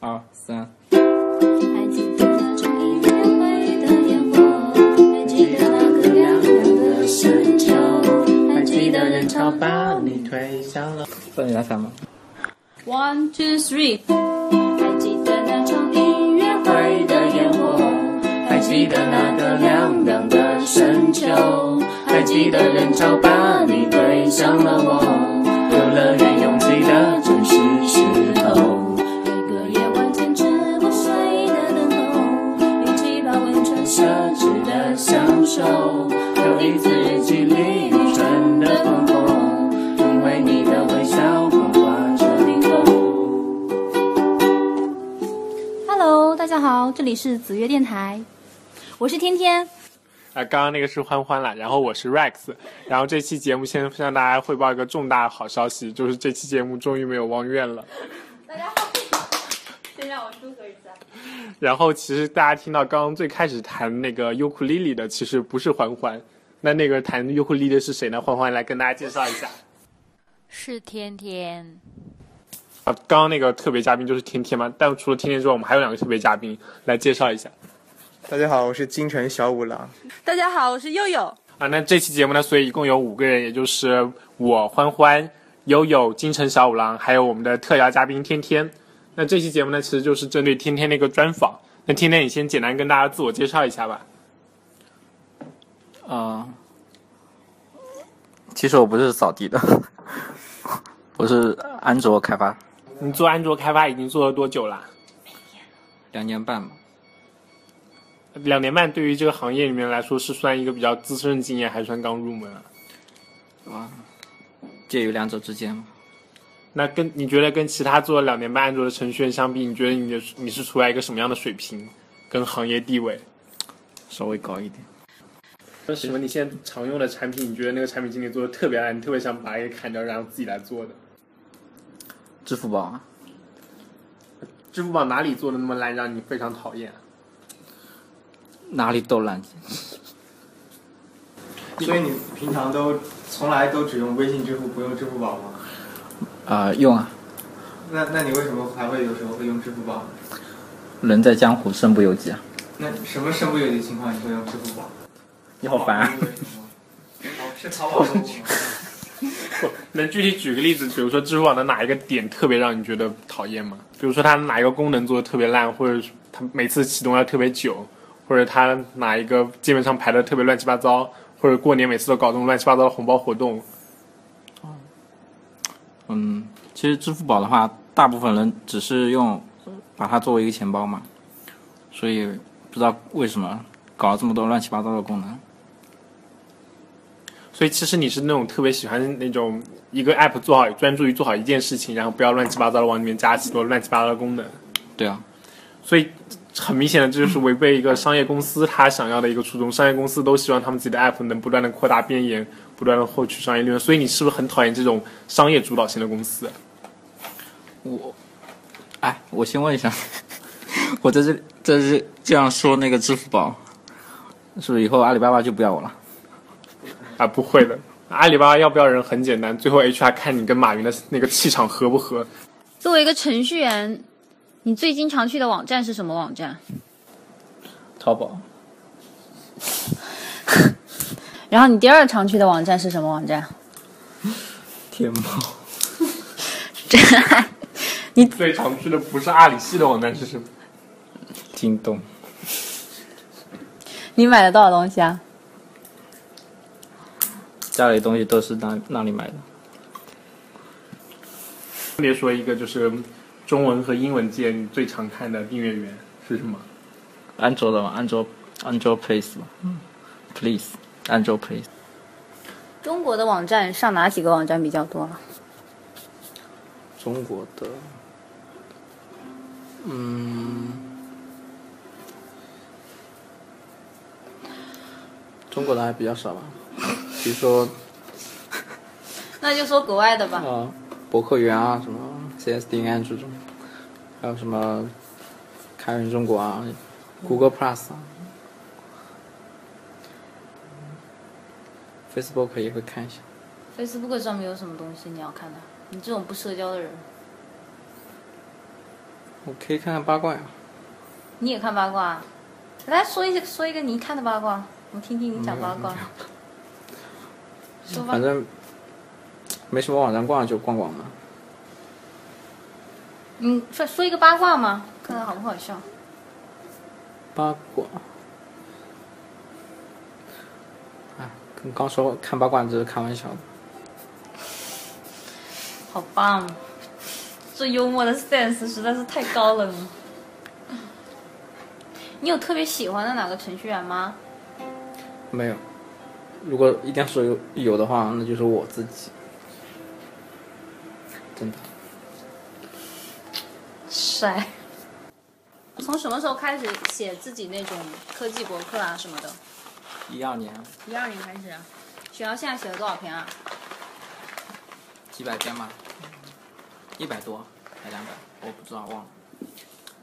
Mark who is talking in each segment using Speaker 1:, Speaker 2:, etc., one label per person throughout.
Speaker 1: 二三。
Speaker 2: 还记得那场一片灰的烟火，还记得那个凉凉的深秋，还记得人潮把你推。
Speaker 3: 推向了。
Speaker 1: 这你来干嘛？
Speaker 2: One two three。还记得那场音乐会的烟火，还记得那个凉凉的深秋，还记得人潮把你推向了我，游乐园拥挤的正是时候。一个夜晚坚持不睡的等候，一起泡温泉奢侈的享受，又一次日记里愚蠢的放空，因为你的微笑狂花着灵动。
Speaker 4: Hello，大家好，这里是子曰电台，我是天天。
Speaker 3: 啊，刚刚那个是欢欢啦，然后我是 Rex，然后这期节目先向大家汇报一个重大好消息，就是这期节目终于没有汪院了。
Speaker 4: 大家好， 先让我祝贺一下。
Speaker 3: 然后其实大家听到刚刚最开始弹那个尤克里里的，其实不是欢欢，那那个弹尤克里里的是谁呢？欢欢来跟大家介绍一下。
Speaker 5: 是天天，
Speaker 3: 啊，刚刚那个特别嘉宾就是天天嘛，但除了天天之外，我们还有两个特别嘉宾来介绍一下。
Speaker 6: 大家好，我是京城小五郎。
Speaker 7: 大家好，我是悠 悠。
Speaker 3: 啊，那这期节目呢，所以一共有五个人，也就是我欢欢、悠悠、金城小五郎，还有我们的特邀嘉宾天天。那这期节目呢，其实就是针对天天的一个专访。那天天，你先简单跟大家自我介绍一下吧。
Speaker 1: 啊、其实我不是扫地的，我是安卓开发，
Speaker 3: 你做安卓开发已经做了多久啦？
Speaker 1: 两年半吧。
Speaker 3: 两年半，对于这个行业里面来说，是算一个比较资深的经验，还是算刚入门啊？
Speaker 1: 啊，介于两者之间嘛。
Speaker 3: 那跟你觉得跟其他做了两年半安卓的程序员相比，你觉得你的你是处在一个什么样的水平，跟行业地位？
Speaker 1: 稍微高一点。
Speaker 3: 那什么？你现在常用的产品，你觉得那个产品经理做的特别烂，你特别想把它给砍掉，然后自己来做的？
Speaker 1: 支付宝啊，
Speaker 3: 支付宝哪里做的那么烂，让你非常讨厌啊、
Speaker 1: 哪里都烂，
Speaker 6: 所以你平常都从来都只用微信支付，不用支付宝吗？
Speaker 1: 啊、用啊，
Speaker 6: 那那你为什么还会有时候会用支付宝？
Speaker 1: 人在江湖身不由己啊。
Speaker 6: 那什么身不由己情况你会用支付宝？
Speaker 1: 你好烦啊！
Speaker 6: 因为什么哦是淘宝购物吗？
Speaker 3: 能具体举个例子，比如说支付宝的哪一个点特别让你觉得讨厌吗？比如说它哪一个功能做的特别烂，或者它每次启动要特别久，或者它哪一个界面上排的特别乱七八糟，或者过年每次都搞这种乱七八糟的红包活动，
Speaker 1: 嗯，其实支付宝的话，大部分人只是用把它作为一个钱包嘛，所以不知道为什么搞了这么多乱七八糟的功能。
Speaker 3: 所以其实你是那种特别喜欢那种一个 app 做好，专注于做好一件事情，然后不要乱七八糟的往里面加许多乱七八糟的功能。
Speaker 1: 对啊，
Speaker 3: 所以很明显的，这就是违背一个商业公司他想要的一个初衷。商业公司都希望他们自己的 app 能不断的扩大边沿，不断的获取商业利润。所以你是不是很讨厌这种商业主导型的公司？
Speaker 1: 我，哎，我先问一下， 我在这在这这样说那个支付宝，是不是以后阿里巴巴就不要我了？
Speaker 3: 啊，不会的。阿里巴巴要不要人很简单，最后 HR 看你跟马云的那个气场合不合。
Speaker 5: 作为一个程序员，你最经常去的网站是什么网站？
Speaker 1: 淘 宝
Speaker 5: 然后你第二常去的网站是什么网站？
Speaker 1: 天猫，
Speaker 3: 最常去的不是阿里系的网站是什么？
Speaker 1: 京东，
Speaker 5: 你买了多少东西啊？
Speaker 1: 家里东西都是那那里买的。
Speaker 3: 分别说一个，就是中文和英文界你最常看的订阅源是什么？
Speaker 1: 安卓的嘛，安卓安卓 Place 嘛，嗯，Please，安卓 Please，
Speaker 5: 中国的网站上哪几个网站比较多？啊
Speaker 1: 中国的，嗯，中国的还比较少吧，比如说
Speaker 5: 那就说国外的吧。
Speaker 1: 呃，博客园啊，什么 CSDN 这种，还有什么开源中国啊，Google Plus 啊，Facebook 也会看一下。
Speaker 5: Facebook 上面有什么东西你要看的？你这种不社交的人，
Speaker 1: 我可以看看八卦呀。
Speaker 4: 你也看八卦？啊来说一说一个你看的八卦，我听听你讲八卦。说吧
Speaker 1: 反，正没什么网站逛，就逛逛嘛。
Speaker 4: 嗯，说说一个八卦嘛，看看好不好笑。
Speaker 1: 八卦。啊，跟刚说看八卦只是开玩笑的。
Speaker 4: 好棒，这幽默的 sense 实在是太高了。 你有特别喜欢的哪个程序员吗？
Speaker 1: 没有，如果一定要说有有的话，那就是我自己。真的，
Speaker 4: 帅。 从什么时候开始写自己那种科技博客啊什么的？
Speaker 1: 一二年
Speaker 4: 一二年开始、啊。雪瑶现在写了多少篇啊？
Speaker 1: 几百篇嘛，一百多还两百，我不知道忘了。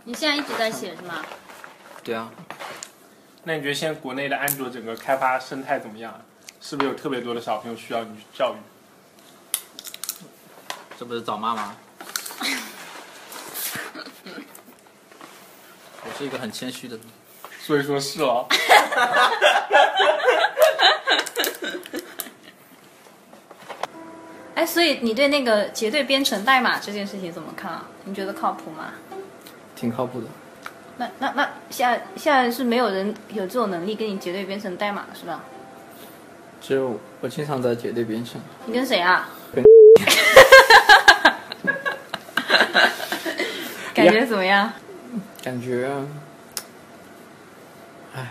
Speaker 4: 你现在一直在写是吗？
Speaker 1: 对啊，
Speaker 3: 那你觉得现在国内的安卓整个开发生态怎么样啊？是不是有特别多的小朋友需要你去教育？
Speaker 1: 这不是找骂 吗？我是一个很谦虚的人。
Speaker 3: 所以说是哦，
Speaker 4: 哎，所以你对那个结对编程代码这件事情怎么看啊？你觉得靠谱吗？
Speaker 1: 挺靠谱的。
Speaker 4: 那那那现在现在是没有人有这种能力跟你结对编程代码了是吧？
Speaker 1: 只有我经常在绝对边上。
Speaker 4: 你跟谁啊？
Speaker 1: 跟
Speaker 4: 感觉怎么样？
Speaker 1: 感觉，唉，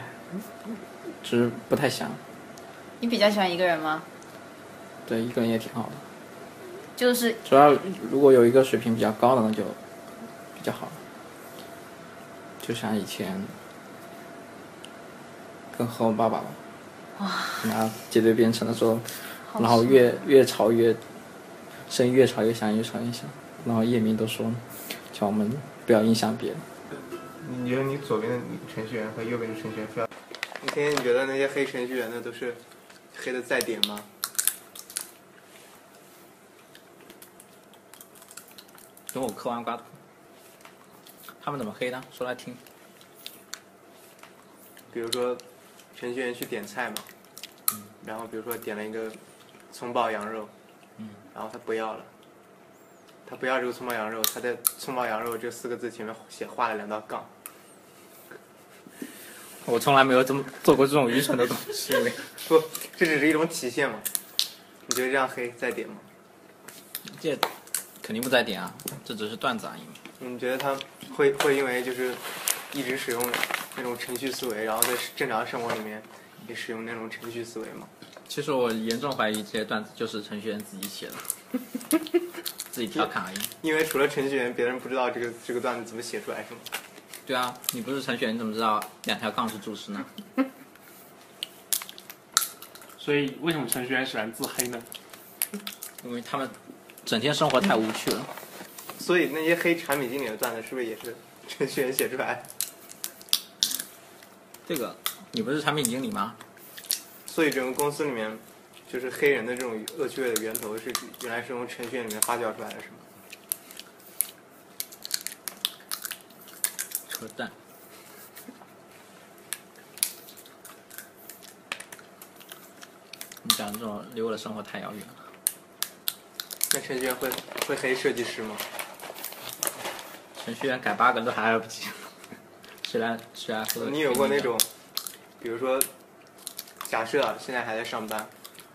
Speaker 1: 只是不太想。
Speaker 4: 你比较喜欢一个人吗？
Speaker 1: 对，一个人也挺好的。
Speaker 4: 就是
Speaker 1: 主要如果有一个水平比较高的，那就比较好了。就像以前跟和我爸爸吧，拿结对编程的时候，
Speaker 4: 好
Speaker 1: 然后越越吵越声音越吵越响，越吵越响，然后叶明都说叫我们不要影响别人。
Speaker 6: 你觉得你左边的程序员和右边的程序员非要？你天天觉得那些黑程序员的都是黑的在点吗？
Speaker 1: 等我嗑完瓜，他们怎么黑的？说来听。
Speaker 6: 比如说，程序员去点菜嘛，然后比如说点了一个葱爆羊肉，然后他不要了，他不要这个葱爆羊肉，他在“葱爆羊肉”这四个字前面写画了两道杠，
Speaker 1: 我从来没有这么做过这种愚蠢的东西。
Speaker 6: 不，这只是一种体现嘛？你觉得这样黑在点吗？
Speaker 1: 这肯定不在点啊，这只是段子而已嘛。
Speaker 6: 你觉得他会会因为就是一直使用那种程序思维，然后在正常生活里面也使用那种程序思维吗？
Speaker 1: 其实我严重怀疑这些段子就是程序员自己写的，自己调侃而已。
Speaker 6: 因为除了程序员，别人不知道这个这个段子怎么写出来，是吗？
Speaker 1: 对啊，你不是程序员，你怎么知道两条杠是注释呢？
Speaker 3: 所以为什么程序员喜欢自黑呢？
Speaker 1: 因为他们整天生活太无趣了。
Speaker 6: 所以那些黑产品经理的段子是不是也 是程序员写出来？
Speaker 1: 这个，你不是产品经理吗？
Speaker 6: 所以整个公司里面，就是黑人的这种恶趣味的源头是原来是从程序员里面发酵出来的，是吗？
Speaker 1: 扯淡。你讲这种离我的生活太遥远了。
Speaker 6: 那程序员会会黑设计师吗？
Speaker 1: 程序员改 bug 都还来不及，谁来谁来负责？
Speaker 6: 你有过那种，比如说，假设啊现在还在上班，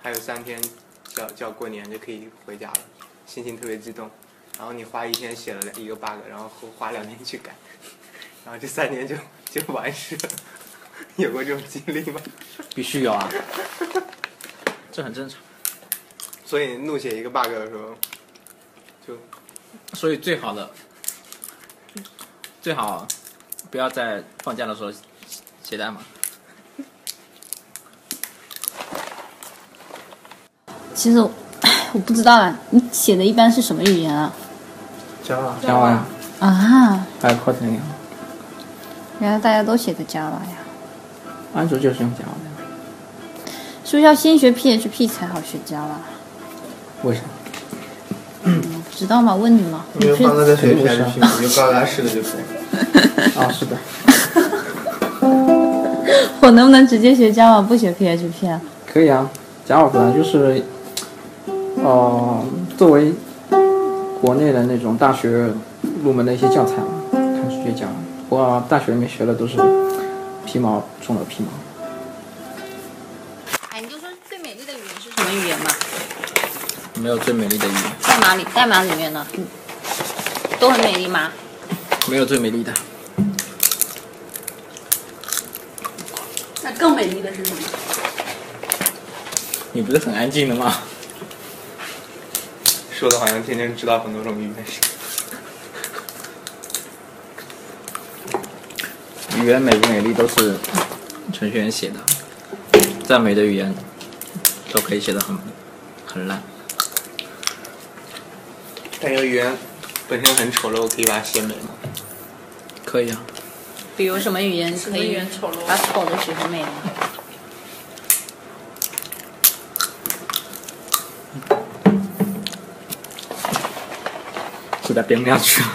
Speaker 6: 还有三天就要就要过年就可以回家了，心情特别激动，然后你花一天写了一个 bug，然后花两天去改， 然后这三天就就完事了， 有过这种经历吗？
Speaker 1: 必须有啊，这很正常。
Speaker 6: 所以怒写一个 bug 的时候，就
Speaker 1: 所以最好的，最好啊不要在放假的时候写代码。
Speaker 4: 其实我 我不知道啊，你写的一般是什么语言啊？
Speaker 6: Java
Speaker 1: 加完
Speaker 4: 啊，
Speaker 1: 还有 Kotlin，
Speaker 4: 原来大家都写的 Java 呀，
Speaker 1: 安卓就是用 Java 的，
Speaker 4: 是不是要先学 PHP 才好学 Java？
Speaker 1: 为啥？
Speaker 4: 我不知知道吗？问你吗？
Speaker 6: 因为放在在水里还是
Speaker 5: 你
Speaker 6: 拼你就高达式的就可以。
Speaker 5: 啊，是的，
Speaker 4: 我能不能直接学 Java 不学 PHP 啊？
Speaker 5: 可以啊。Java 本来就是，呃，作为国内的那种大学入门的一些教材嘛，开始学 Java。不过大学里面学的都是皮毛中的皮毛。
Speaker 8: 哎，你就说最美丽的语言是什么语言嘛？
Speaker 1: 没有最美丽的语言，
Speaker 8: 代码里，代码里面的，嗯，都很美丽吗？
Speaker 1: 没有最美丽的，
Speaker 9: 那更美丽的是什么？
Speaker 1: 你不是很安静的吗？
Speaker 5: 说的好像天天知道很多种语言似的。
Speaker 1: 语言美不美丽都是程序员写的，再美的语言都可以写的很很烂。
Speaker 5: 但有语言本身很丑陋，可以把它写美吗？
Speaker 1: 可以啊，
Speaker 8: 比如什么语言可以
Speaker 9: 丑
Speaker 8: 把丑的写成美的？
Speaker 1: 实在编不下去了。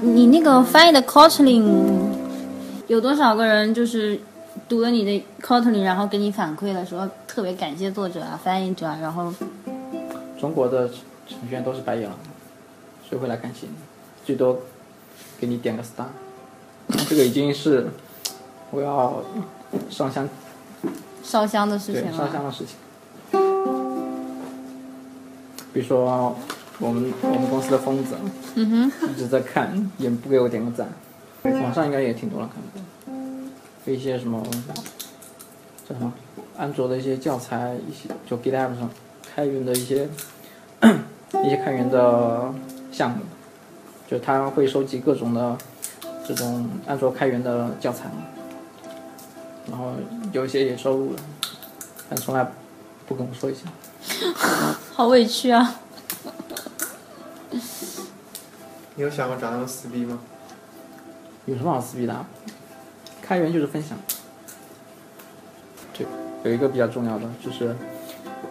Speaker 4: 你你那个翻译的 Kotlin 有多少个人就是读了你的 Kotlin，然后给你反馈了，说特别感谢作者啊、翻译者啊，然后
Speaker 5: 中国的程序员都是白眼狼，谁会来感谢你？最多给你点个 star，这个已经是我要上香
Speaker 4: 烧香的事
Speaker 5: 对
Speaker 4: 情
Speaker 9: 啊
Speaker 5: 上
Speaker 4: 了。
Speaker 5: 香的事情。比如说我们我们公司的疯子啊
Speaker 4: 嗯
Speaker 5: 一直在看，也不给我点个赞，网上应该也挺多了看过，有一些什么叫什么安卓的一些教材，一些就 GitHub 上开源的一些一些开源的项目，就他会收集各种的这种安卓开源的教材嘛，然后有一些也收录了，但从来不跟我说一下。
Speaker 4: 哼，好委屈啊！
Speaker 6: 你有想过找他们撕逼吗？
Speaker 5: 有什么好撕逼的啊？开源就是分享。对，有一个比较重要的就是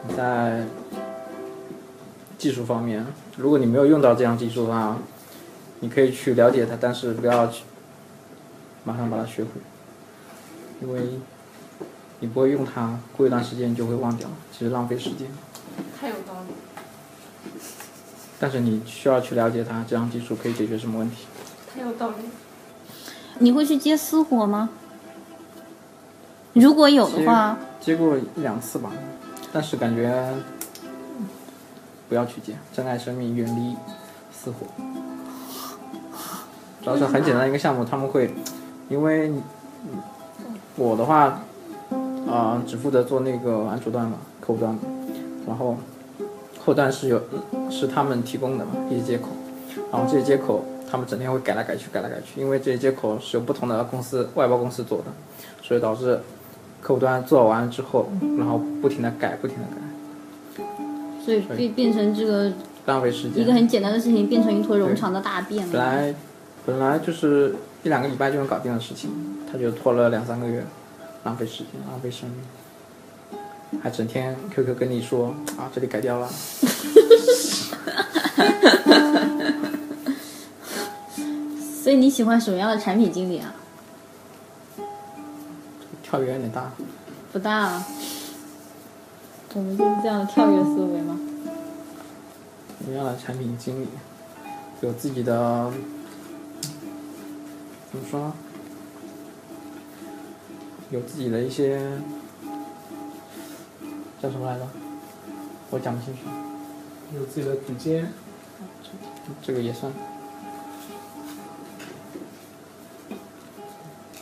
Speaker 5: 你在技术方面，如果你没有用到这样技术的话，你可以去了解它，但是不要去马上把它学会，因为你不会用它，过一段时间你就会忘掉，其实浪费时间。
Speaker 9: 太有道理，
Speaker 5: 但是你需要去了解它，这样技术可以解决什么问题。
Speaker 9: 太有道理。
Speaker 4: 你会去接私活吗？如果有的话，
Speaker 5: 接过一两次吧，但是感觉嗯不要去接，珍爱生命，远离死火。主要是很简单一个项目，他们会，因为你我的话，啊、只负责做那个安卓端嘛，客户端嘛，然后后端是有是他们提供的嘛一些接口，然后这些接口他们整天会改来改去，改来改去，因为这些接口是由不同的公司外包公司做的，所以导致客户端做完之后，然后不停的改，不停的改，
Speaker 4: 所以变变成这个
Speaker 5: 浪费时
Speaker 4: 一个
Speaker 5: 间。
Speaker 4: 很简单的事情，变成一坨冗长的大便
Speaker 5: 本
Speaker 4: 了。
Speaker 5: 来本来就是一两个礼拜就能搞定的事情，他就拖了两三个月，浪费时间，浪费生命，还整天 QQ 跟你说啊这里改掉了，
Speaker 4: 所以你喜欢什么样的产品经理啊？
Speaker 5: 跳跃有点大。
Speaker 4: 不大啊，我们就是这样的跳跃思维吗？
Speaker 5: 什么样的产品经理，有自己的怎么说呢？有自己的一些叫什么来着？我讲不清楚，
Speaker 10: 有自己的主见，
Speaker 5: 这个也算。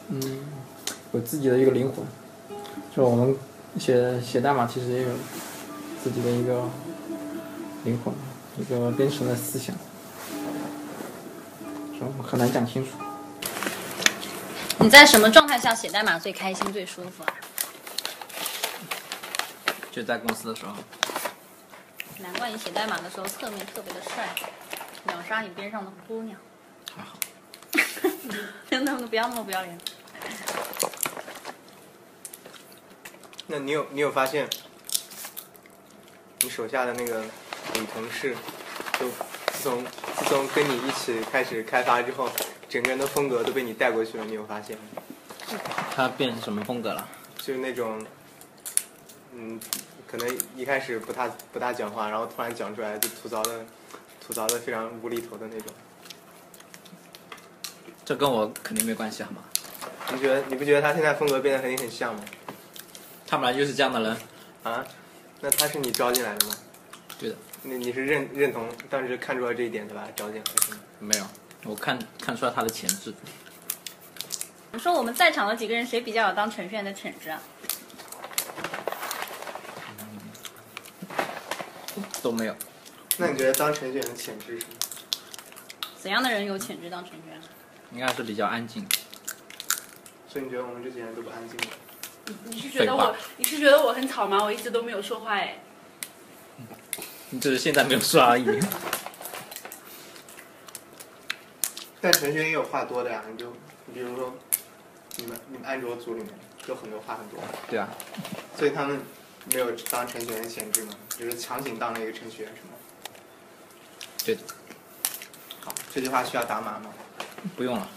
Speaker 5: 嗯，有自己的一个灵魂，就我们写写代码其实也有自己的一个灵魂，一个编程的思想，就很难讲清楚。
Speaker 8: 你在什么状态下写代码最开心、最舒服啊？
Speaker 1: 就在公司的时候，
Speaker 8: 难怪你写代码的时候侧面特别的帅，秒杀你边上的姑娘。
Speaker 1: 还 好，
Speaker 8: 真的不要那么不要脸。
Speaker 5: 那你有你有发现，
Speaker 6: 你手下的那个女同事，就自从自从跟你一起开始开发之后，整个人的风格都被你带过去了，你有发现吗？
Speaker 1: 他变成什么风格了？
Speaker 6: 就是那种，嗯，可能一开始不大不大讲话，然后突然讲出来就吐槽的，吐槽的非常无厘头的那种。
Speaker 1: 这跟我肯定没关系，好吗？
Speaker 6: 你觉得你不觉得他现在风格变得和你很像吗？
Speaker 1: 他本来就是这样的人。
Speaker 6: 啊？那他是你招进来的吗？
Speaker 1: 对的。
Speaker 6: 那你是认认同，当时看出来这一点对吧？招进来的。
Speaker 1: 没有，我看看出来他的潜质。
Speaker 4: 你说我们在场的几个人，谁比较有当程序员的潜质啊？
Speaker 1: 都没有，
Speaker 6: 那你觉得当程序员的潜质是什么？
Speaker 4: 怎样的人有潜质当程序员？
Speaker 1: 应该是比较安静。
Speaker 6: 所以你觉得我们这几人都不安静吗？
Speaker 2: 你是觉得
Speaker 1: 废
Speaker 2: 我
Speaker 1: 话
Speaker 2: 你是觉得我很吵吗？我一直都没有说话哎。
Speaker 1: 嗯 就是现在没有说而已。
Speaker 6: 但程序员也有话多的呀，你就你比如说，你们你们安卓组里面有很多话很多，
Speaker 1: 对啊，
Speaker 6: 所以他们没有当程序员的潜质嘛，就是强行当了一个程序员是吗？
Speaker 1: 对的，
Speaker 6: 好，这句话需要打码吗？
Speaker 1: 不用了。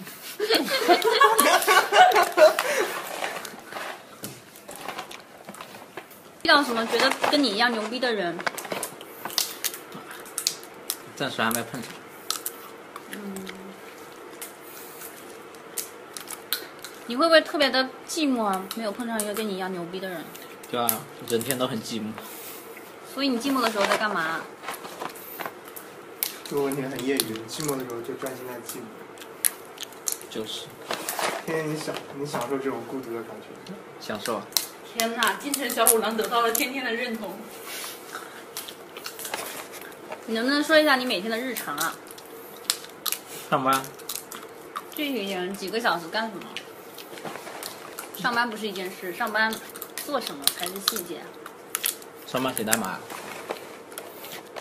Speaker 4: 遇到什么觉得跟你一样牛逼的人，
Speaker 1: 暂时还没碰上。
Speaker 4: 你会不会特别的寂寞啊？没有碰上一个跟你一样牛逼的人，
Speaker 1: 对啊，整天都很寂寞。
Speaker 4: 所以你寂寞的时候在干嘛啊？
Speaker 6: 这个问题很业余，寂寞的时候就专心在寂寞，
Speaker 1: 就是
Speaker 6: 天天你享你享受这种孤独的感觉。
Speaker 1: 享受啊，
Speaker 2: 天呐，金城小五郎得到了天天的认同。
Speaker 4: 你能不能说一下你每天的日常啊？
Speaker 1: 上班
Speaker 4: 具体一点，几个小时干什么？上班不是一件事，上班做什么才是细节。
Speaker 1: 上班写代码，啊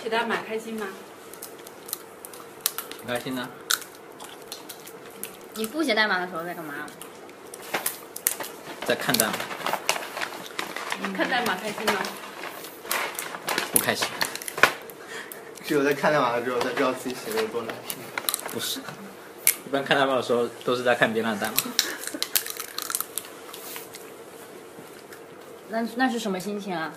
Speaker 2: 写代码开心吗？
Speaker 1: 很开心呢、
Speaker 4: 你不写代码的时候在干嘛？
Speaker 1: 在看代码，
Speaker 2: 看代码开心吗？
Speaker 1: 不开心。
Speaker 6: 只有在看代码的时候，才知道自己写的有多难。
Speaker 1: 不是，一般看代码的时候都是在看别人的代码。
Speaker 4: 那那是什么心情啊？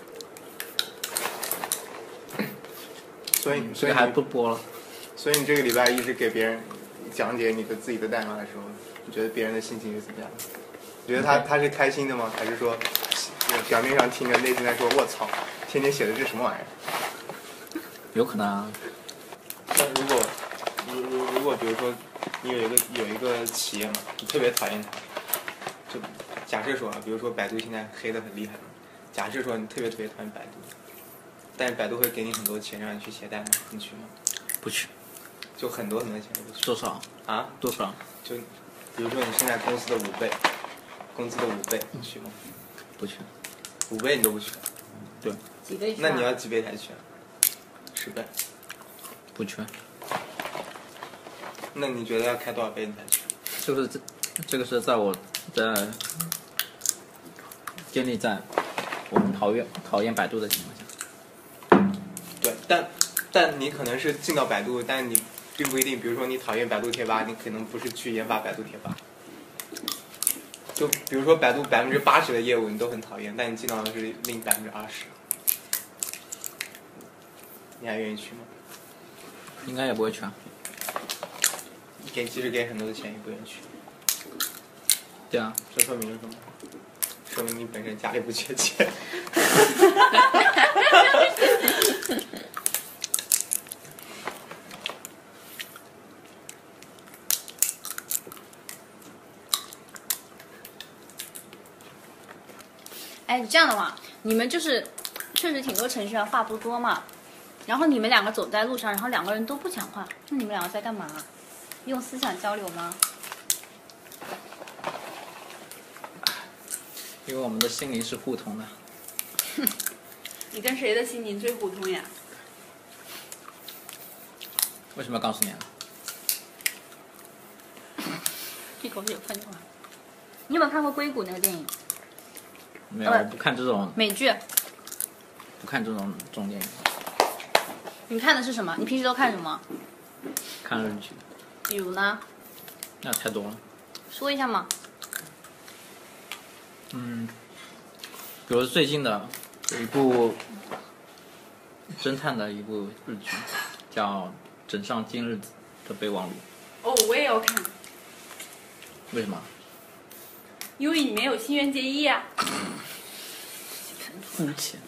Speaker 6: 所以，
Speaker 1: 这
Speaker 6: 嗯所以
Speaker 1: 个还
Speaker 6: 你
Speaker 1: 不播了，
Speaker 6: 所以你这个礼拜一是给别人讲解你的自己的代码的时候，你觉得别人的心情是怎么样的？你觉得他他是开心的吗？还是说表面上听着，内心在说“我操，天天写的是什么玩意儿
Speaker 1: 有可能啊。”？
Speaker 6: 那如果如如如果比如说你有一个有一个企业嘛，你特别讨厌它，就假设说啊，比如说百度现在黑的很厉害嘛，假设说你特别特别讨厌百度，但是百度会给你很多钱让你去写代码，你去吗？
Speaker 1: 不去，
Speaker 6: 就很多很多钱，你不去
Speaker 1: 多少
Speaker 6: 啊？
Speaker 1: 多少？
Speaker 6: 就比如说你现在工资的五倍，工资的五倍，你去吗？
Speaker 1: 不去，
Speaker 6: 五倍你都不去，啊
Speaker 4: 几倍去啊？
Speaker 6: 那你要几倍才去啊？十倍。
Speaker 1: 不去，
Speaker 6: 那你觉得要开多少倍你才去？
Speaker 1: 这个是这这个是在我的建立在我们讨厌讨厌百度的情况下，
Speaker 6: 对，但但你可能是进到百度，但你并不一定，比如说你讨厌百度贴吧，你可能不是去研发百度贴吧。就比如说百度百分之八十的业务你都很讨厌，但你进到的是另百分之二十，你还愿意去吗？
Speaker 1: 应该也不会去啊。
Speaker 6: 给即使给很多的钱也不愿意去。
Speaker 1: 对啊，
Speaker 6: 这说明了什么？说明你本身家里不缺钱。
Speaker 4: 哎，这样的话，你们就是确实挺多程序员话不多嘛，然后你们两个走在路上，然后两个人都不讲话，那你们两个在干嘛？用思想交流吗？
Speaker 1: 因为我们的心灵是互通的，
Speaker 2: 你跟谁的心灵最互通呀？
Speaker 1: 为什么要告诉你啊？
Speaker 4: 一口水喷出来。你有没有看过《硅谷》那个电影？
Speaker 1: 没有，
Speaker 4: 呃
Speaker 1: 我不看这种
Speaker 4: 美剧？
Speaker 1: 不看这种这种电影，
Speaker 5: 你看的是什么？你平时都看什么？
Speaker 1: 看日剧
Speaker 5: 比如呢？
Speaker 1: 那太多了。
Speaker 5: 说一下嘛。
Speaker 1: 嗯，比如最近的有一部侦探的一部日剧，叫《枕上今日的备忘录
Speaker 11: 哦，我也要看，》，
Speaker 1: 为什么？
Speaker 11: 因为里面有新垣结衣啊。
Speaker 1: 肤浅，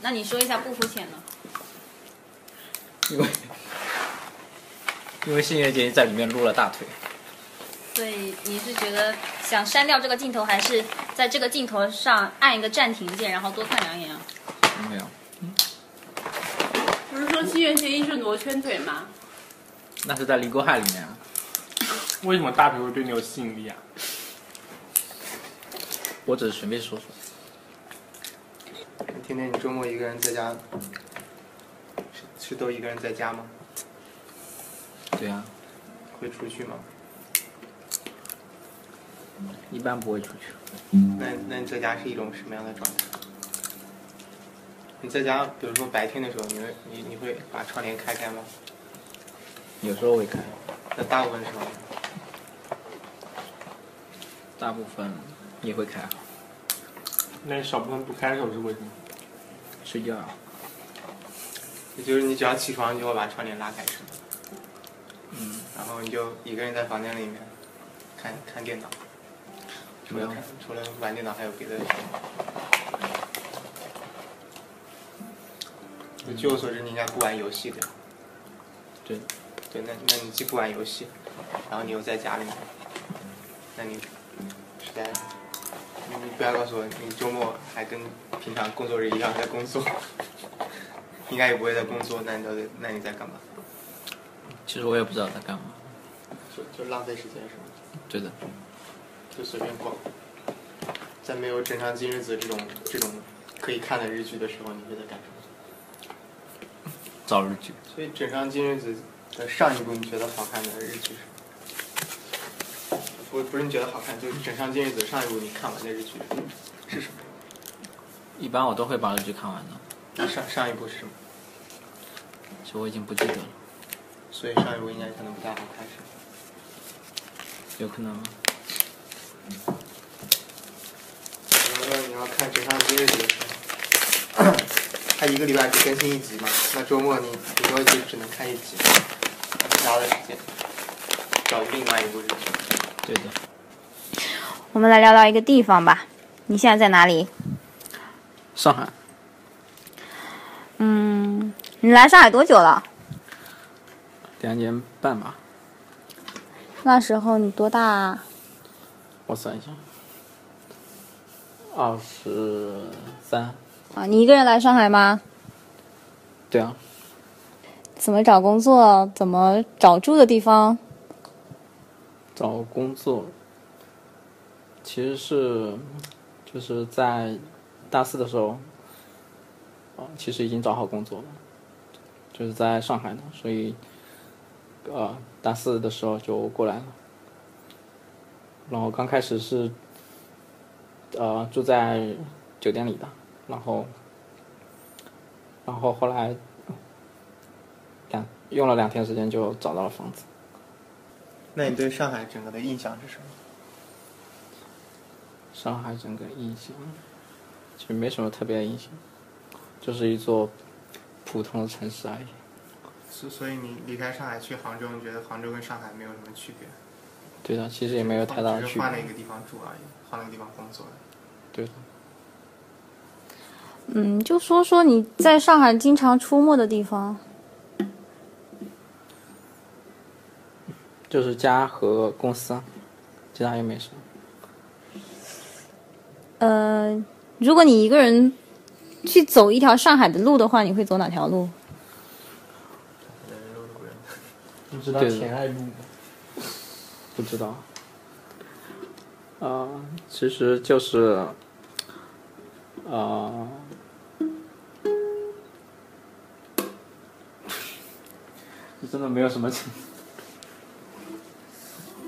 Speaker 5: 那你说一下不肤浅呢？
Speaker 1: 因为因为新垣结衣在里面露了大腿，
Speaker 5: 所以你是觉得想删掉这个镜头，还是在这个镜头上按一个暂停键，然后多看两眼啊？
Speaker 1: 没有，
Speaker 11: 不是说新垣结衣是罗圈腿吗？
Speaker 1: 那是在《离沟害》里面啊。
Speaker 3: 为什么大腿会对你有吸引力啊？
Speaker 1: 我只是随便说说，
Speaker 6: 天天你周末一个人在家，是是都一个人在家吗？
Speaker 1: 对啊，
Speaker 6: 会出去吗？
Speaker 1: 一般不会出去。
Speaker 6: 那那你在家是一种什么样的状态？你在家，比如说白天的时候，你会你你会把窗帘开开吗？
Speaker 1: 有时候会看，
Speaker 6: 那大部分时候呢，
Speaker 1: 大部分也会看，
Speaker 3: 那你少部分不开手是为什么？
Speaker 1: 睡觉啊。
Speaker 6: 也就是你只要起床，你就会把窗帘拉开，是吗？
Speaker 1: 嗯，
Speaker 6: 然后你就一个人在房间里面看看电脑，除了看除了玩电脑还有别的事吗？据我所知，你应该不玩游戏对吧？
Speaker 1: 嗯对。
Speaker 6: 对，那那你既不玩游戏，然后你又在家里面，那你是在？你你不要告诉我，你周末还跟平常工作日一样在工作，应该也不会在工作，那你到底那你在干嘛？
Speaker 1: 其实我也不知道在干嘛，
Speaker 6: 就就浪费时间是吗？
Speaker 1: 对的。
Speaker 6: 就随便逛，在没有《枕上今日子》这种这种可以看的日剧的时候，你会在干什么？
Speaker 1: 早日剧，
Speaker 6: 所以《枕上今日子》的上一部你觉得好看的日剧是？不不是你觉得好看，就是《枕上今日子》上一部你看完的日剧是什么？
Speaker 1: 一般我都会把日剧看完的，
Speaker 6: 那上上一部是什么？
Speaker 1: 其实我已经不记得了，
Speaker 6: 所以上一部应该可能不太好看是吗？
Speaker 1: 有可能吗？
Speaker 6: 然后你要看《枕上今日子》的时候，它一个礼拜只更新一集嘛，那周末你顶多就只能看一集，那其他的时间找另外一部日剧。
Speaker 1: 对的，
Speaker 4: 我们来聊聊一个地方吧。你现在在哪里？
Speaker 1: 上海
Speaker 4: 嗯，你来上海多久了？
Speaker 1: 两年半吧，
Speaker 4: 那时候你多大、啊？
Speaker 1: 我算一下，二十三，
Speaker 4: 啊，你一个人来上海吗？
Speaker 1: 对啊，
Speaker 4: 怎么找工作？怎么找住的地方？
Speaker 1: 找工作其实是就是在大四的时候，啊，其实已经找好工作了，就是在上海的，所以呃，大四的时候就过来了。然后刚开始是呃住在酒店里的，然后然后后来两用了两天时间就找到了房子。
Speaker 6: 那你对上海整个的印象是什么？
Speaker 1: 上海整个印象，其实没什么特别的印象，就是一座普通的城市而已。
Speaker 6: 所所以你离开上海去杭州，你觉得杭州跟上海没有什么区别？
Speaker 1: 对的，其实也没有太大的
Speaker 6: 只
Speaker 1: 区
Speaker 6: 是换了一
Speaker 1: 别。
Speaker 6: 个地方住而已，换了个地方工作。
Speaker 1: 对的，
Speaker 4: 嗯，就说说你在上海经常出没的地方。
Speaker 1: 就是家和公司啊，其他也没什么。
Speaker 4: 呃，如果你一个人去走一条上海的路的话，你会走哪条路？
Speaker 3: 你知
Speaker 1: 道田
Speaker 3: 爱路吗？
Speaker 1: 不知道。啊、呃其实就是，啊、真的没有什么情。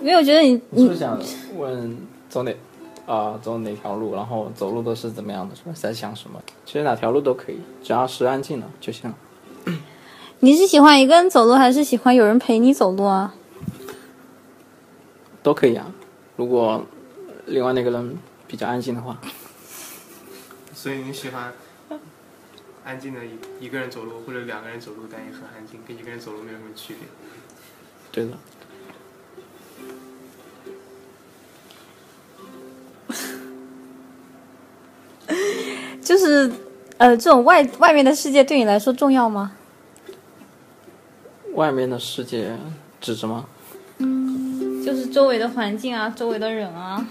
Speaker 4: 没有觉得你
Speaker 1: 你是
Speaker 4: 你
Speaker 1: 不是想问总得啊、走哪条路，然后走路都是怎么样的，是吧？在想什么？其实哪条路都可以，只要是安静的就行了。
Speaker 4: 你是喜欢一个人走路，还是喜欢有人陪你走路啊？
Speaker 1: 都可以啊。如果另外那个人比较安静的话，
Speaker 6: 所以你喜欢安静的一一个人走路，或者两个人走路，但也很安静，跟一个人走路没有什么区别。
Speaker 1: 对的。
Speaker 4: 就是，呃，这种外外面的世界对你来说重要吗？
Speaker 1: 外面的世界指着吗？
Speaker 4: 就是周围的环境啊，周围的人啊。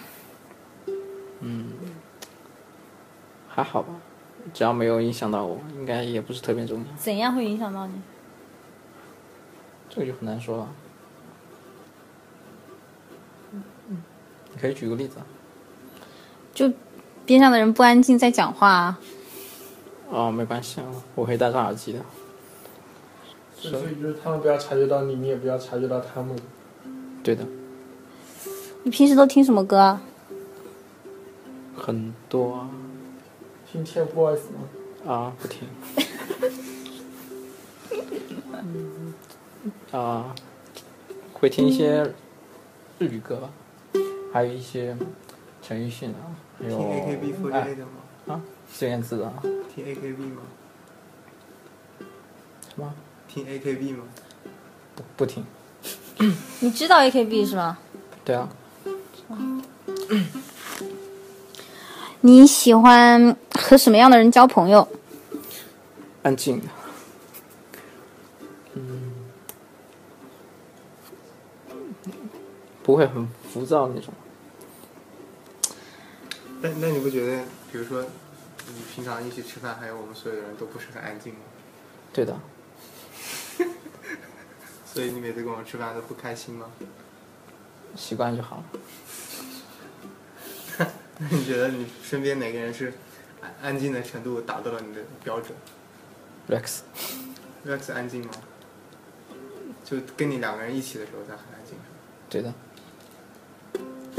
Speaker 1: 还好吧，只要没有影响到我，应该也不是特别重要。
Speaker 4: 怎样会影响到你？
Speaker 1: 这个就很难说了。你可以举个例子啊？
Speaker 4: 就边上的人不安静在讲话啊，
Speaker 1: 哦，没关系啊，我可以戴上耳机的。
Speaker 12: 所以就是他们不要察觉到你，你也不要察觉到他们。
Speaker 1: 对的，
Speaker 4: 你平时都听什么歌啊？
Speaker 1: 很多啊
Speaker 12: 听 TFBOYS 吗？
Speaker 1: 啊，不听。 嗯啊，会听一些日语歌吧，还有一些陈奕迅啊，还
Speaker 6: 听
Speaker 1: 有
Speaker 6: AKB48
Speaker 1: 哎
Speaker 6: 的吗？
Speaker 1: 孙燕姿啊，
Speaker 6: 听 AKB 吗？
Speaker 1: 什么
Speaker 6: 听 AKB 吗？
Speaker 1: 不不听。
Speaker 4: 你知道 AKB 是吧？
Speaker 1: 对啊，
Speaker 4: 你喜欢和什么样的人交朋友？
Speaker 1: 安静。嗯，不会很浮躁那种。
Speaker 6: 那那你不觉得，比如说你平常一起吃饭，还有我们所有的人都不是很安静吗？
Speaker 1: 对的，
Speaker 6: 所以你每次跟我吃饭都不开心吗？
Speaker 1: 习惯就好了。
Speaker 6: 那你觉得你身边哪个人是安安静的程度达到了你的标准
Speaker 1: Rex，
Speaker 6: ？Rex 安静吗？就跟你两个人一起的时候，他很安静。
Speaker 1: 对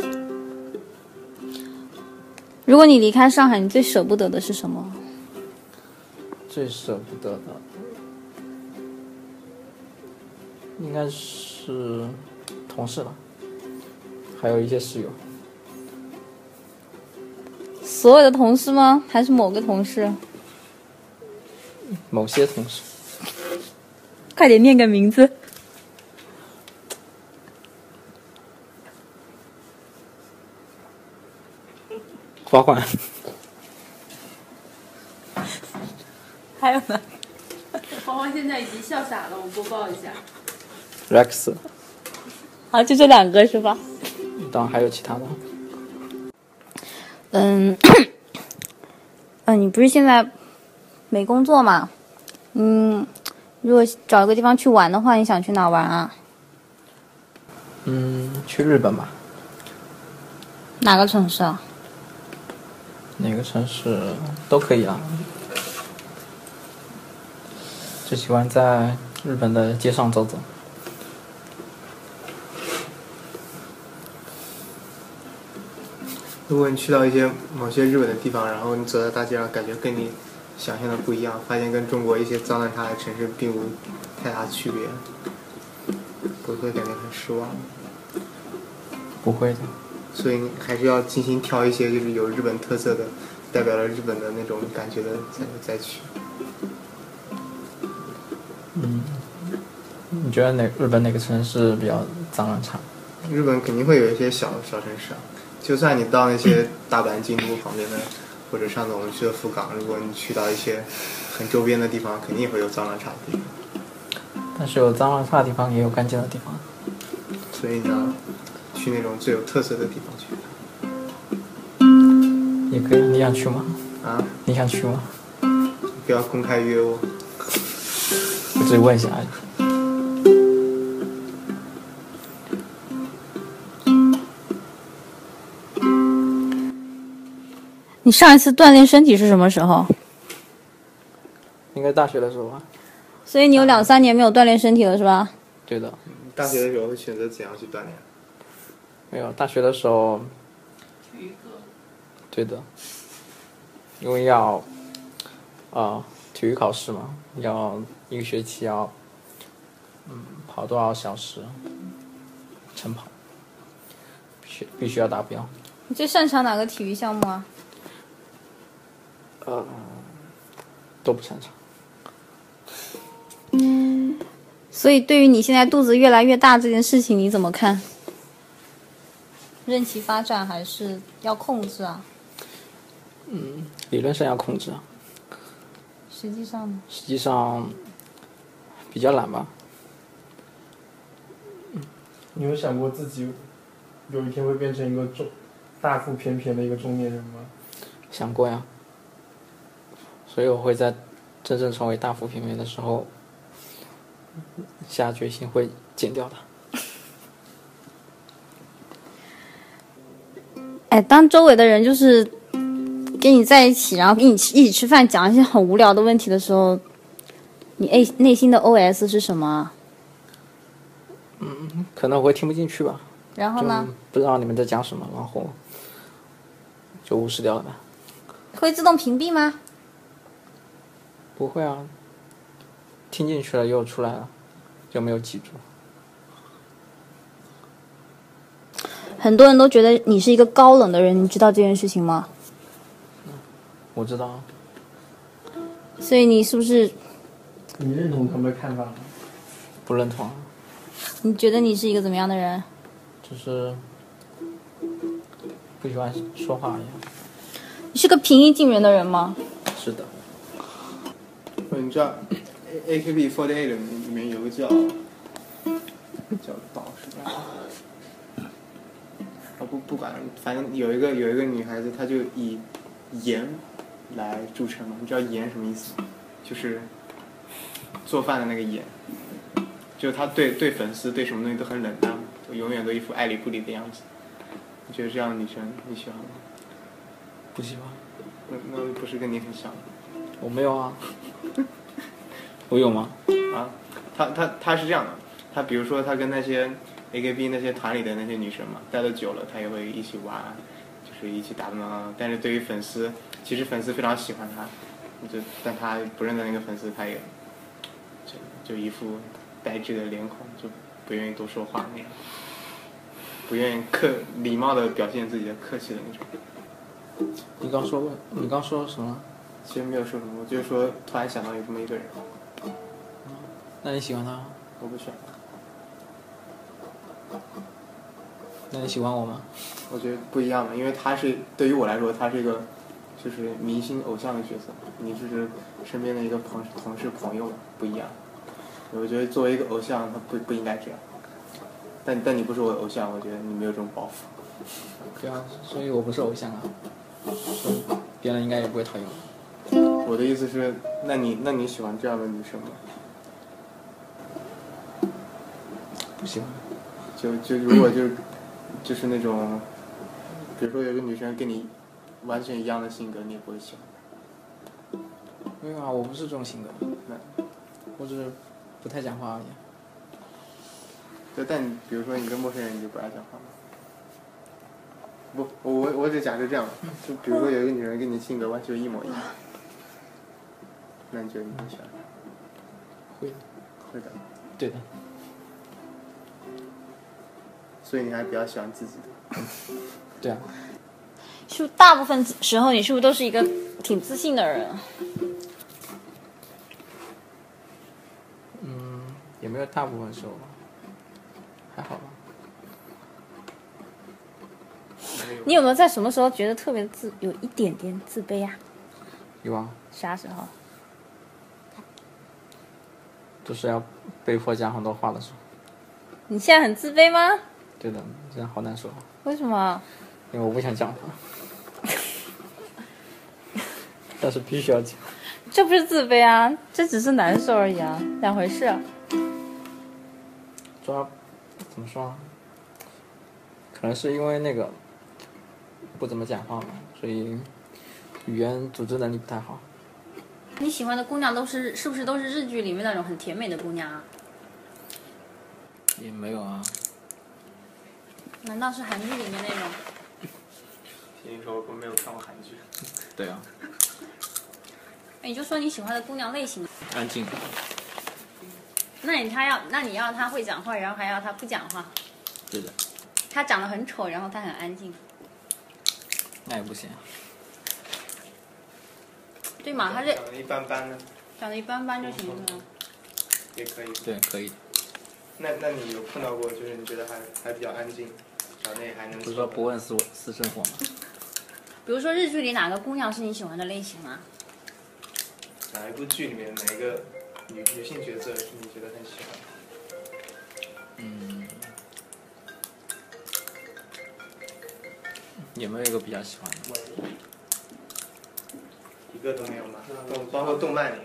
Speaker 1: 的，
Speaker 4: 如果你离开上海，你最舍不得的是什么？
Speaker 1: 最舍不得的应该是同事吧，还有一些室友。
Speaker 4: 所有的同事吗？还是某个同事？
Speaker 1: 某些同事，
Speaker 4: 快点念个名字。
Speaker 1: 花冠，
Speaker 4: 还有呢？
Speaker 11: 黄黄现在已经笑傻了，我播报一下。
Speaker 1: Rex，
Speaker 4: 好，就这两个是吧？
Speaker 1: 当然还有其他的。
Speaker 4: 嗯， 嗯，你不是现在没工作嘛？嗯，如果找一个地方去玩的话，你想去哪玩啊？
Speaker 1: 嗯，去日本吧。
Speaker 4: 哪个城市啊？
Speaker 1: 哪个城市都可以啦。就喜欢在日本的街上走走。
Speaker 6: 如果你去到一些某些日本的地方，然后你走在大街上，感觉跟你想象的不一样，发现跟中国一些脏乱差的城市并无太大区别，不会感觉很失望。
Speaker 1: 不会的，
Speaker 6: 所以你还是要精心挑一些就是有日本特色的，代表了日本的那种感觉的再再去。
Speaker 1: 你觉得哪日本哪个城市比较脏乱差？
Speaker 6: 日本肯定会有一些小小城市啊，就算你到那些大阪、京都旁边的，或者上次我们去的福冈，如果你去到一些很周边的地方，肯定也会有脏乱差的地方。
Speaker 1: 但是有脏乱差的地方，也有干净的地方。
Speaker 6: 所以你要去那种最有特色的地方去
Speaker 1: 也可以，你想去吗？
Speaker 6: 啊！
Speaker 1: 你想去吗？
Speaker 6: 不要公开约我，
Speaker 1: 我只是问一下而已。
Speaker 4: 你上一次锻炼身体是什么时候？
Speaker 1: 应该大学的时候吧。
Speaker 4: 所以你有两三年没有锻炼身体了是吧？
Speaker 1: 对的，
Speaker 6: 你大学的时候会选择怎样去锻炼？
Speaker 1: 没有大学的时候，
Speaker 11: 体育课，
Speaker 1: 对的，因为要啊、体育考试嘛，要一个学期要嗯跑多少小时，晨跑，必须必须要达标。
Speaker 4: 你最擅长哪个体育项目啊？
Speaker 1: 呃，都不擅长。
Speaker 4: 所以对于你现在肚子越来越大这件事情，你怎么看？任其发展还是要控制啊？
Speaker 1: 理论上要控制，啊
Speaker 4: 实际上呢？
Speaker 1: 实际上比较懒吧。
Speaker 3: 你有想过自己有一天会变成一个中大腹便便的一个中年人吗？
Speaker 1: 想过呀，所以我会在真正成为大腹平民的时候，下决心会减掉它。
Speaker 4: 哎，当周围的人就是跟你在一起，然后跟你吃一起吃饭，讲一些很无聊的问题的时候，你内内心的 OS 是什么啊？
Speaker 1: 可能我会听不进去吧，
Speaker 4: 然后
Speaker 1: 就
Speaker 4: 呢，
Speaker 1: 不知道你们在讲什么，然后就无视掉了吧。
Speaker 4: 会自动屏蔽吗？
Speaker 1: 不会啊，听进去了又出来了，就没有记住。
Speaker 4: 很多人都觉得你是一个高冷的人，你知道这件事情吗？
Speaker 1: 我知道，啊
Speaker 4: 所以你是不是
Speaker 3: 你认同他们的看法吗？
Speaker 1: 不认同啊，
Speaker 4: 你觉得你是一个怎么样的人？
Speaker 1: 就是不喜欢说话啊一样。
Speaker 4: 你是个平易近人的人吗？
Speaker 1: 是的，
Speaker 6: 不是你知道 A A K B forty eight 里面里面有个叫叫导师吧，啊不不管了，反正有一个有一个女孩子，她就以盐来著称嘛。你知道盐什么意思吗？就是做饭的那个盐，就她对对粉丝对什么东西都很冷淡，就永远都一副爱理不理的样子。你觉得这样的女生你喜欢吗？
Speaker 1: 不喜欢。
Speaker 6: 那那不是跟你很像吗？
Speaker 1: 我没 有啊，我有吗？
Speaker 6: 啊，他他他是这样的，他比如说他跟那些 AKB 那些团里的那些女生嘛，待的久了，他也会一起玩，就是一起打闹。但是对于粉丝，其实粉丝非常喜欢他，就但他不认得那个粉丝，他也就就一副呆滞的脸孔，就不愿意多说话那样，不愿意客礼貌的表现自己的客气的那种。
Speaker 1: 你刚说过，你刚说什么？
Speaker 6: 其实没有说什么，我就是说突然想到有这么一个人，
Speaker 1: 那你喜欢他吗？
Speaker 6: 我不喜欢，
Speaker 1: 那你喜欢我吗？
Speaker 6: 我觉得不一样的，因为他是对于我来说，他是一个就是明星偶像的角色，你就是身边的一个朋同事朋友嘛，不一样。我觉得作为一个偶像，他不不应该这样。但但你不是我的偶像，我觉得你没有这种包袱。
Speaker 1: 对啊，所以我不是偶像啊，所以别人应该也不会讨厌我。
Speaker 6: 我的意思是，那你那你喜欢这样的女生吗？
Speaker 1: 不喜欢，
Speaker 6: 就就如果就就是那种，比如说有个女生跟你完全一样的性格，你也不会喜欢。
Speaker 1: 没有啊，我不是这种性格，
Speaker 6: 那
Speaker 1: 我只是不太讲话而已。啊
Speaker 6: 就但你比如说你跟陌生人你就不爱讲话吗？不，我我我只假设这样，就比如说有一个女人跟你性格完全一模一样，那你觉得你会选？
Speaker 1: 会的，
Speaker 6: 会的，
Speaker 1: 对的，
Speaker 6: 所以你还比较喜欢自己的。
Speaker 1: 对啊，
Speaker 4: 是不是大部分时候你是不是都是一个挺自信的人？
Speaker 1: 也没有大部分时候吧，还好吧。
Speaker 4: 你有没有在什么时候觉得特别自有一点点自卑啊？
Speaker 1: 有啊，
Speaker 4: 啥时候？
Speaker 1: 就是要被迫讲很多话的时候。
Speaker 4: 你现在很自卑吗？
Speaker 1: 对的，这样好难受，
Speaker 4: 为什么？
Speaker 1: 因为我不想讲话， 但是必须要讲。
Speaker 4: 这不是自卑啊，这只是难受而已啊，两回事。
Speaker 1: 主要怎么说啊？可能是因为那个不怎么讲话嘛，所以语言组织能力不太好。
Speaker 13: 你喜欢的姑娘都是是不是都是日剧里面那种很甜美的姑娘啊？
Speaker 1: 也没有啊，
Speaker 13: 难道是韩剧里面那种？
Speaker 6: 你说我没有看过韩剧，
Speaker 1: 对啊，
Speaker 5: 哎你就说你喜欢的姑娘类型，啊
Speaker 1: 安静。
Speaker 5: 那你他要，那你要他会讲话，然后还要他不讲话，
Speaker 1: 对的，
Speaker 5: 他长得很丑，然后他很安静，
Speaker 1: 那也不行。
Speaker 5: 对
Speaker 4: 啊
Speaker 5: 嘛？他这
Speaker 6: 长得一般般的
Speaker 5: 长得一般般就行了。
Speaker 6: 也可以。
Speaker 1: 对，可以。
Speaker 6: 那那你有碰到过就是你觉得还还比较安静，长得也还能
Speaker 1: 不是说不问私私生活吗？
Speaker 5: 比如说日剧里哪个姑娘是你喜欢的类型啊？
Speaker 6: 哪一部剧里面哪一个女女性角色是你觉得很喜欢？
Speaker 1: 嗯，有没有一个比较喜欢的？
Speaker 6: 一个都没有吗？动包括动漫里，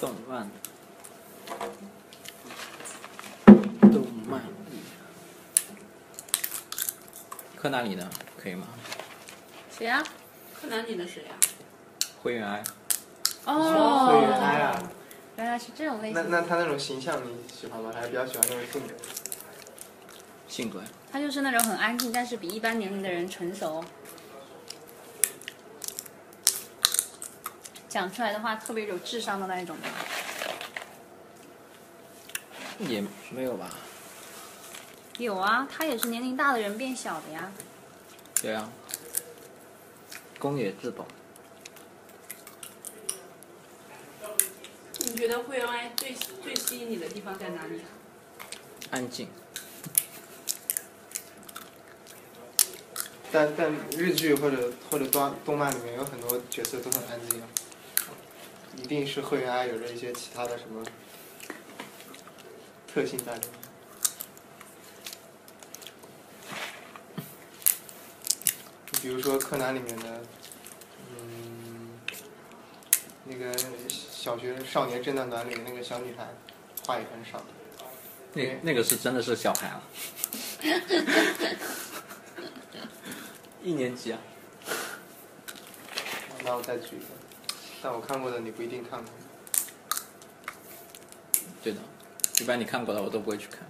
Speaker 1: 动漫，动漫，柯南里的可以吗？
Speaker 5: 谁啊？
Speaker 11: 柯南里的谁呀、
Speaker 1: 灰原哀，
Speaker 6: 所以
Speaker 5: 哦，
Speaker 6: 哎呀，
Speaker 5: 原来是这种类
Speaker 6: 那
Speaker 5: 型，
Speaker 6: 那他那种形象你喜欢吗？还是比较喜欢那种性格？
Speaker 1: 性格
Speaker 5: 她就是那种很安静，但是比一般年龄的人成熟，讲出来的话特别有智商的那一种吧。
Speaker 1: 也没有吧？
Speaker 5: 有啊，她也是年龄大的人变小的呀。
Speaker 1: 对啊，宫野志保，
Speaker 11: 你觉得会 Y 最最吸引你的地方在哪里？啊
Speaker 1: 安静，
Speaker 6: 但但日剧或者或者动动漫里面有很多角色都很安静啊，一定是会员爱啊有着一些其他的什么特性在里面。你比如说柯南里面的，嗯，那个小学少年侦探团里的那个小女孩，话也很少。
Speaker 1: 那那个是真的是小孩啊， 一年级啊，
Speaker 6: 那我再举一个，但我看过的你不一定看过。
Speaker 1: 对的，一般你看过的我都不会去看。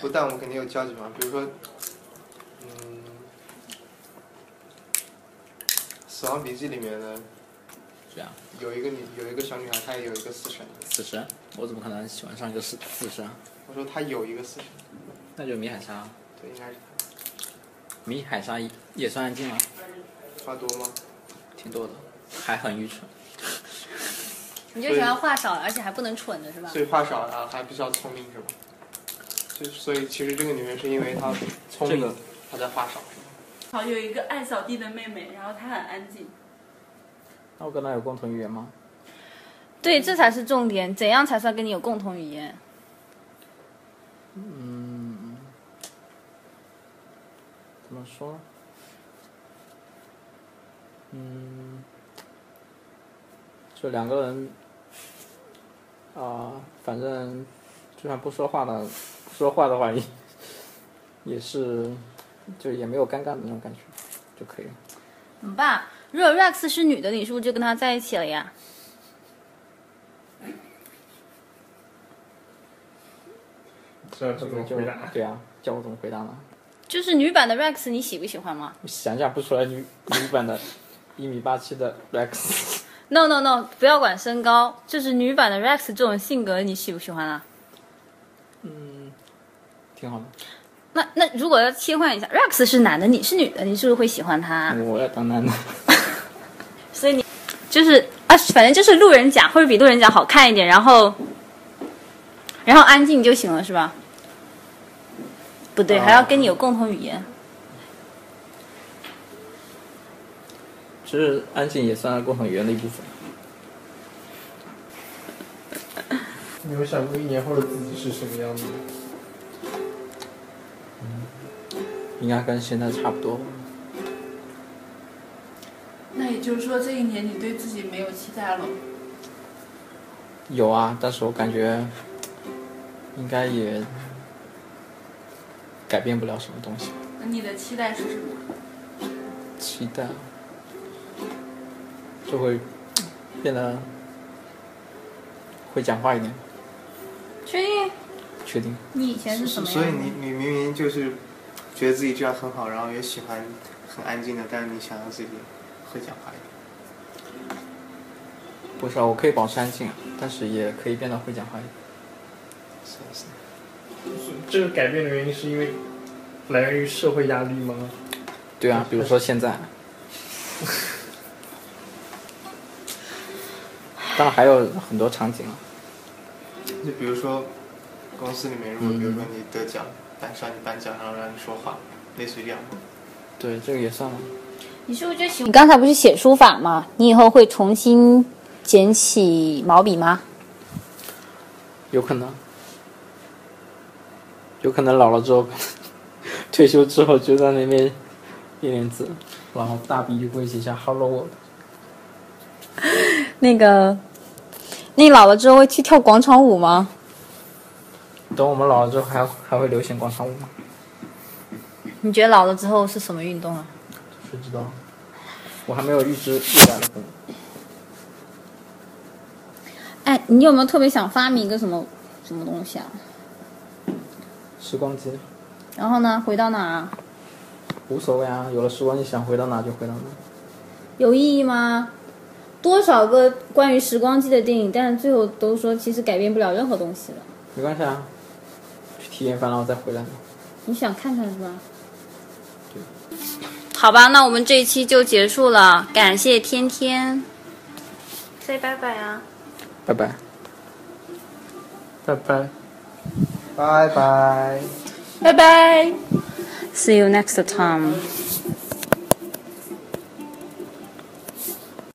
Speaker 6: 不但我肯定有交集嘛，比如说，嗯，《死亡笔记》里面的
Speaker 1: 对啊，
Speaker 6: 有一个女，有一个小女孩，她也有一个私生。
Speaker 1: 死神，啊我怎么可能喜欢上一个死死神啊？
Speaker 6: 我说她有一个私生，
Speaker 1: 那就米海沙啊，
Speaker 6: 对，应该是她。
Speaker 1: 米海沙也算安静吗？
Speaker 6: 话多吗？
Speaker 1: 挺多的，还很愚蠢。
Speaker 5: 你就喜欢话少，而且还不能蠢的是吧？
Speaker 6: 所以话少啊，还比较聪明是吧？就所以其实这个女人是因为她聪明，
Speaker 1: 这个
Speaker 6: 她才话少是吧？
Speaker 11: 好，有一个爱扫地的妹妹，然后她很安静。
Speaker 1: 那我跟他有共同语言吗？
Speaker 4: 对，这才是重点。怎样才算跟你有共同语言？
Speaker 1: 嗯，怎么说呢？嗯，就两个人，啊、反正就算不说话呢，不说话的话也 也是，就也没有尴尬的那种感觉，就可以了。
Speaker 4: 怎么办？如果 Rex 是女的，你是不是就跟她在一起了呀？
Speaker 12: 知道他怎么
Speaker 1: 就
Speaker 12: 回答。
Speaker 1: 对啊，叫我怎么回答呢？
Speaker 4: 就是女版的 Rex，你喜不喜欢吗
Speaker 1: 我想象不出来女女版的一米八七的 Rex，
Speaker 4: ？No No No，不要管身高，就是女版的 Rex 这种性格，你喜不喜欢啊？
Speaker 1: 嗯，挺好的。
Speaker 4: 那那如果要切换一下，Rex 是男的，你是女的，你是不是会喜欢他、
Speaker 12: 啊
Speaker 1: 我要当男的。
Speaker 4: 所以你就是啊，反正就是路人甲或者比路人甲好看一点，然后然后安静就行了，是吧？不对，还要跟你有共同语言。
Speaker 1: 其实安静也算是共同语言的一部分。
Speaker 12: 你有想过一年后的自己是什么样子吗？
Speaker 1: 嗯应该跟现在差不多吧。
Speaker 11: 那也就是说，这一年你对自己没有期待了。
Speaker 1: 有啊，但是我感觉应该也改变不了什么东西。
Speaker 11: 那你的期待是什么？
Speaker 1: 期待就会变得会讲话一点，
Speaker 4: 确定？
Speaker 1: 确定
Speaker 4: 你以前是什么
Speaker 6: 所以
Speaker 4: 样？
Speaker 6: 你你明明就是觉得自己这样很好，然后也喜欢很安静的，但是你想让自己会讲话一点。
Speaker 1: 不是啊，我可以保持安静，但是也可以变得会讲话一点。
Speaker 6: 是的是的
Speaker 12: 这个改变的原因是因为来源于社会压力吗？
Speaker 1: 对啊，比如说现在。当然还有很多场景啊，
Speaker 6: 就比如说，公司里面如果比如说你得奖，颁上你颁奖，然后让你说话，类似于这样。
Speaker 1: 对，这个也算吗？
Speaker 2: 你是不是就喜
Speaker 4: 你
Speaker 2: 欢
Speaker 4: 刚才不是写书法吗？你以后会重新捡起毛笔吗？
Speaker 1: 有可能，有可能 老了之后，退休之后就在那边练练字，然后大笔就会写下 “Hello World”。
Speaker 4: 那个，你老了之后会去跳广场舞吗？
Speaker 1: 等我们老了之后还，还会流行广场舞吗？
Speaker 4: 你觉得老了之后是什么运动啊？
Speaker 1: 不知道，我还没有预知未来的可能。
Speaker 4: 哎，你有没有特别想发明一个什么什么东西啊？
Speaker 1: 时光机
Speaker 4: 然后呢，回到哪儿啊？
Speaker 1: 无所谓啊，有了时光机，想回到哪就回到哪。
Speaker 4: 有意义吗？多少个关于时光机的电影，但是最后都说其实改变不了任何东西了。
Speaker 1: 没关系啊，去体验烦恼再回来嘛。
Speaker 4: 你想看看是吧？好吧，那我们这一期就结束了，感谢天天。
Speaker 2: say 拜拜啊？
Speaker 1: 拜拜。
Speaker 12: 拜拜。
Speaker 6: 拜拜。
Speaker 2: 拜拜。
Speaker 4: See you next time.